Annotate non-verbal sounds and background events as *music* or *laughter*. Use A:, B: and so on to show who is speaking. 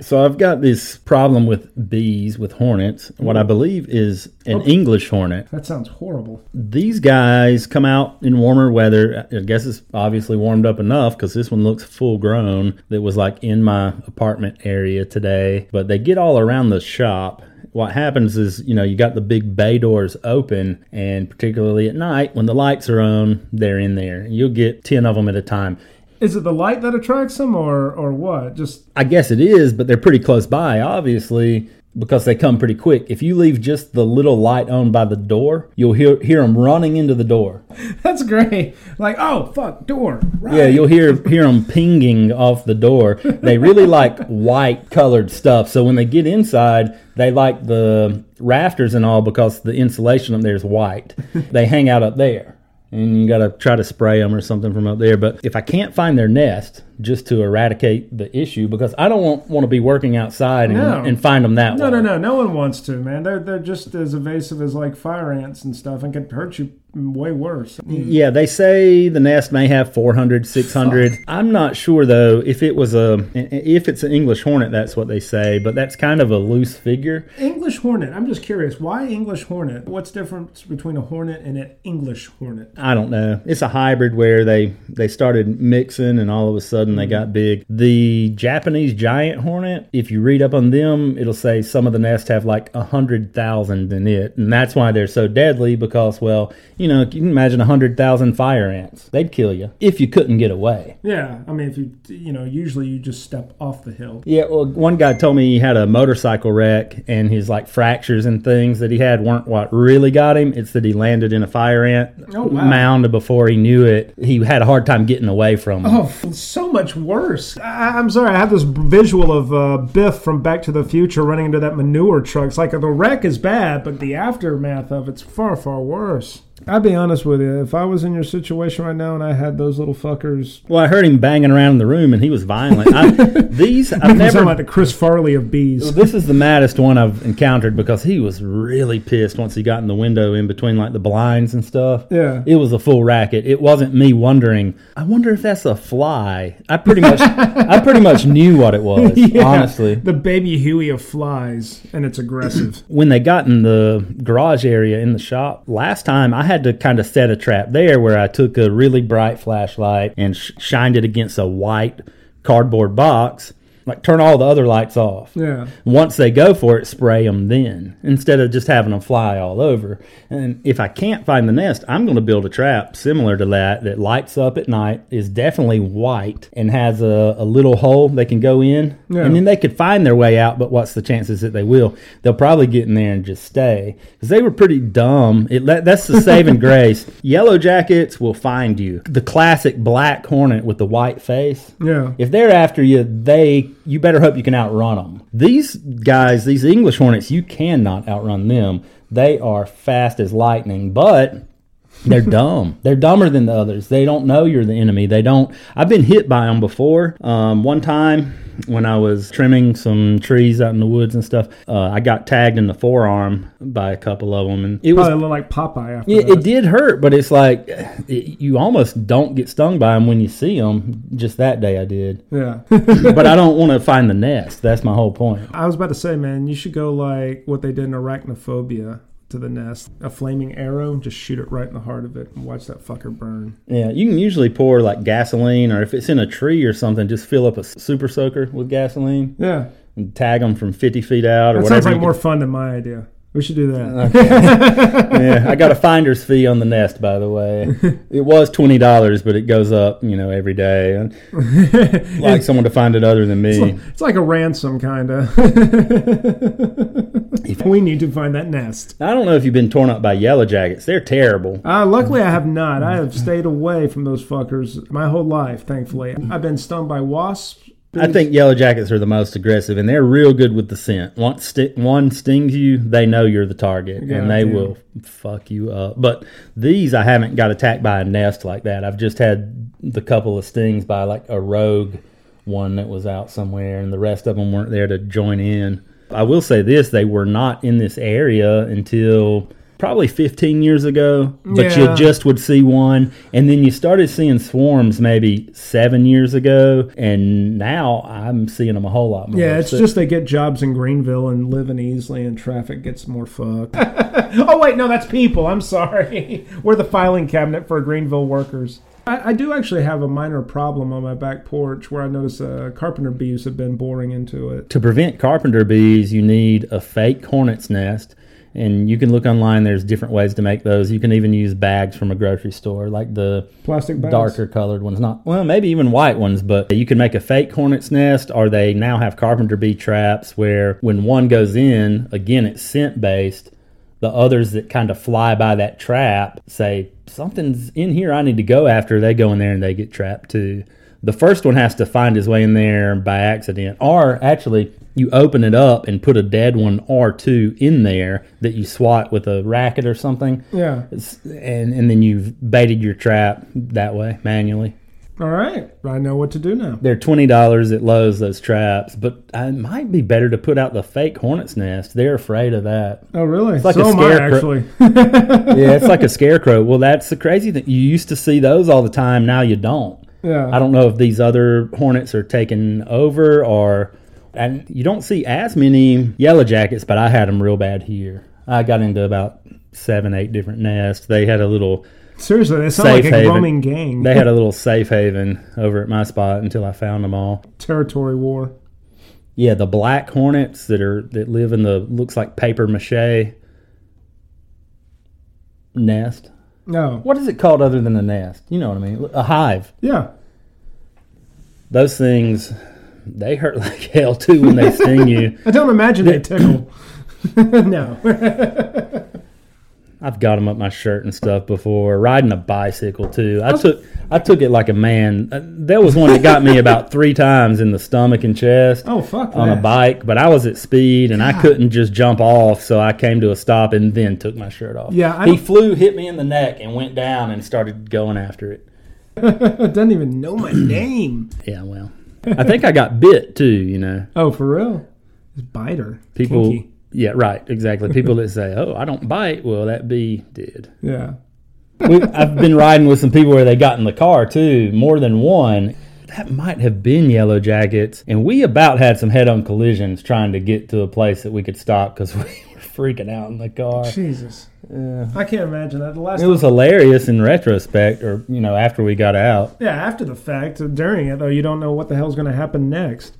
A: So I've got this problem with bees, with hornets, what I believe is an English hornet.
B: That sounds horrible.
A: These guys come out in warmer weather. I guess it's obviously warmed up enough because this one looks full grown that was like in my apartment area today. But they get all around the shop what happens is, you know, you got the big bay doors open, and particularly at night when the lights are on, they're in there. You'll get 10 of them at a time.
B: Is it the light that attracts them, or or what? Just *laughs*
A: I guess it is, but they're pretty close by, obviously, because they come pretty quick. If you leave just the little light on by the door, you'll hear, hear them running into the door.
B: that's great. Like oh fuck door. Right.
A: Yeah, you'll hear hear them pinging off the door. They
B: *laughs*
A: really like white colored stuff. So when they get inside, they like the rafters and all because the insulation up there is white. They hang out up there. And you got to try to spray them or something from up there. But if I can't find their nest, just to eradicate the issue, because I don't want, want to be working outside and,
B: No.
A: and find them that
B: No
A: way.
B: no no. No one wants to man. They're they're just as evasive as like fire ants and stuff, and can hurt you way worse.
A: Yeah, they say the nest may have 400, 600. I'm not sure though if it was a if it's an English hornet. That's what they say, but that's kind of a loose figure.
B: English hornet. I'm just curious. Why English hornet? What's difference between a hornet and an English hornet?
A: I don't know. It's a hybrid where they they started mixing and all of a sudden they got big. The Japanese giant hornet, if you read up on them, it'll say some of the nests have like a hundred thousand in it, and that's why they're so deadly. Because well, you know, you can imagine a hundred thousand fire ants. They'd kill you if you couldn't get away.
B: Yeah, I mean, if you you know, usually you just step off the hill.
A: Yeah, well, one guy told me he had a motorcycle wreck and his like fractures and things that he had weren't what really got him. It's that he landed in a fire ant
B: Oh, wow.
A: mound before he knew it. He had a hard time getting away from it.
B: Oh, f- so much worse. I, I'm sorry. I have this visual of uh, Biff from Back to the Future running into that manure truck. It's like the wreck is bad, but the aftermath of it's far, far worse. I'll be honest with you. If I was in your situation right now and I had those little fuckers,
A: Well, I heard him banging around in the room and he was violent.
B: *laughs*
A: I, these I've
B: I'm
A: never.
B: talking about the Chris Farley of bees.
A: this is the maddest one I've encountered because he was really pissed once he got in the window in between like the blinds and stuff.
B: Yeah.
A: It was a full racket. It wasn't me wondering, I wonder if that's a fly. I pretty
B: *laughs*
A: much I pretty much knew what it was,
B: Yeah,
A: honestly.
B: the baby Huey of flies, and it's aggressive.
A: When they got in the garage area in the shop last time, I had to kind of set a trap there where I took a really bright flashlight and sh- shined it against a white cardboard box, like turn all the other lights off.
B: *clears throat* yeah.
A: Once they go for it, spray them then instead of just having them fly all over. And if I can't find the nest, I'm going to build a trap similar to that that lights up at night, is definitely white, and has a, a little hole they can go in.
B: Yeah.
A: And then they could find their way out, but what's the chances that they will? They'll probably get in there and just stay because they were pretty dumb. It, that, that's the saving grace. Yellow jackets will find you. The classic black hornet with the white face.
B: Yeah.
A: If they're after you, they you better hope you can outrun them. These guys, these English hornets, you cannot outrun them. They are fast as lightning, but they're dumb. They're dumber than the others. They don't know you're the enemy. They don't. I've been hit by them before. Um, one time when I was trimming some trees out in the woods and stuff, uh, I got tagged in the forearm by a couple of them, and it was
B: Probably look like Popeye after
A: it,
B: that.
A: it did hurt, but it's like it, you almost don't get stung by them when you see them. Just that day, I did,
B: *laughs* yeah.
A: but I don't want to find the nest. That's my whole point.
B: I was about to say, man, you should go like what they did in Arachnophobia to the nest. A flaming arrow, just shoot it right in the heart of it and watch that fucker burn.
A: Yeah, you can usually pour like gasoline, or if it's in a tree or something, just fill up a s- super soaker with gasoline
B: Yeah.
A: and tag them from fifty feet out or
B: That
A: whatever.
B: sounds like
A: you
B: more fun than my idea. We should do that.
A: can- yeah, I got a finder's fee on the nest, by the
B: *laughs*
A: way. it was twenty dollars, but it goes up, you know, every day.
B: *laughs*
A: And I'd like someone to find it other than me.
B: *laughs* It's like a ransom, kind
A: *laughs*
B: of. we need to find that nest.
A: I don't know if you've been torn up by yellow jackets. They're terrible.
B: Uh, luckily, I have not. I have stayed away from those fuckers my whole life, thankfully. I've been stung by wasps.
A: I think yellow jackets are the most aggressive, and they're real good with the scent. Once sti- one stings you, they know you're the target, and they
B: Goddamn.
A: will fuck you up. But these, I haven't got attacked by a nest like that. I've just had the couple of stings by like a rogue one that was out somewhere, and the rest of them weren't there to join in. I will say this: they were not in this area until probably 15 years ago, but
B: Yeah.
A: you just would see one. And then you started seeing swarms maybe seven years ago, and now I'm seeing them a whole lot more.
B: Yeah, it's
A: So-
B: just they get jobs in Greenville and live in Easley, and traffic gets more fucked. *laughs* oh wait, no, that's people. I'm sorry. *laughs* We're the filing cabinet for Greenville workers. I, I do actually have a minor problem on my back porch where I notice uh, carpenter bees have been boring into it.
A: to prevent carpenter bees, you need a fake hornet's nest. And you can look online. There's different ways to make those. You can even use bags from a grocery store, like the
B: Plastic bags.
A: darker colored ones. Not well, maybe even white ones. But you can make a fake hornet's nest, or they now have carpenter bee traps where when one goes in, again it's scent based. The others that kind of fly by that trap say something's in here. I need to go after. They go in there and they get trapped too. The first one has to find his way in there by accident, or actually, you open it up and put a dead one or two in there that you swat with a racket or something.
B: Yeah.
A: It's- and and then you've baited your trap that way manually.
B: All right, I know what to do now.
A: They're twenty dollars at Lowe's those traps, but it might be better to put out the fake hornet's nest. They're afraid of that.
B: Oh really?
A: like
B: so
A: a
B: am I
A: scarecrow.
B: actually. *laughs*
A: Yeah, it's like a scarecrow. Well, that's the crazy thing. You used to see those all the time. Now you don't.
B: Yeah.
A: I don't know if these other hornets are taking over or, and you don't see as many yellow jackets, but I had them real bad here. I got into about seven, eight different nests. They had a little
B: Seriously, they sound
A: Safe
B: like a
A: haven.
B: roaming gang.
A: They had a little safe haven over at my spot until I found them all.
B: *laughs* Territory war.
A: Yeah, the black hornets that are that live in the looks like paper mache nest.
B: No.
A: What is it called other than a nest? You know what I mean? A hive.
B: Yeah.
A: Those things they hurt *laughs* like hell too when they sting you.
B: I don't imagine they tickle. *laughs* no. *laughs*
A: I've got them up my shirt and stuff before. Riding a bicycle too. I took I took it like a man. Uh, There was one that got me
B: *laughs*
A: about three times in the stomach and chest.
B: Oh fuck.
A: on a
B: that.
A: bike, but I was at speed and I couldn't just jump off, so I came to a stop and then took my shirt off.
B: Yeah, I
A: he
B: don't-
A: flew, hit me in the neck, and went down and started going after it.
B: It doesn't even know *clears throat* my name.
A: Yeah, well, I think I got bit too. You know,
B: Oh, for real? It's biter.
A: people.
B: Kinky.
A: Yeah, right, exactly. People that say, "Oh, I don't bite," well, that bee did.
B: Yeah.
A: we, I've been riding with some people where they got in the car too, more than one. That might have been Yellow Jackets, and we about had some head-on collisions trying to get to a place that we could stop because *laughs* we were freaking out in the car.
B: Jesus. I can't imagine that. The last
A: It was hilarious in retrospect, or you know, after we got out.
B: Yeah, after the fact, during it though, you don't know what the hell's going to happen next.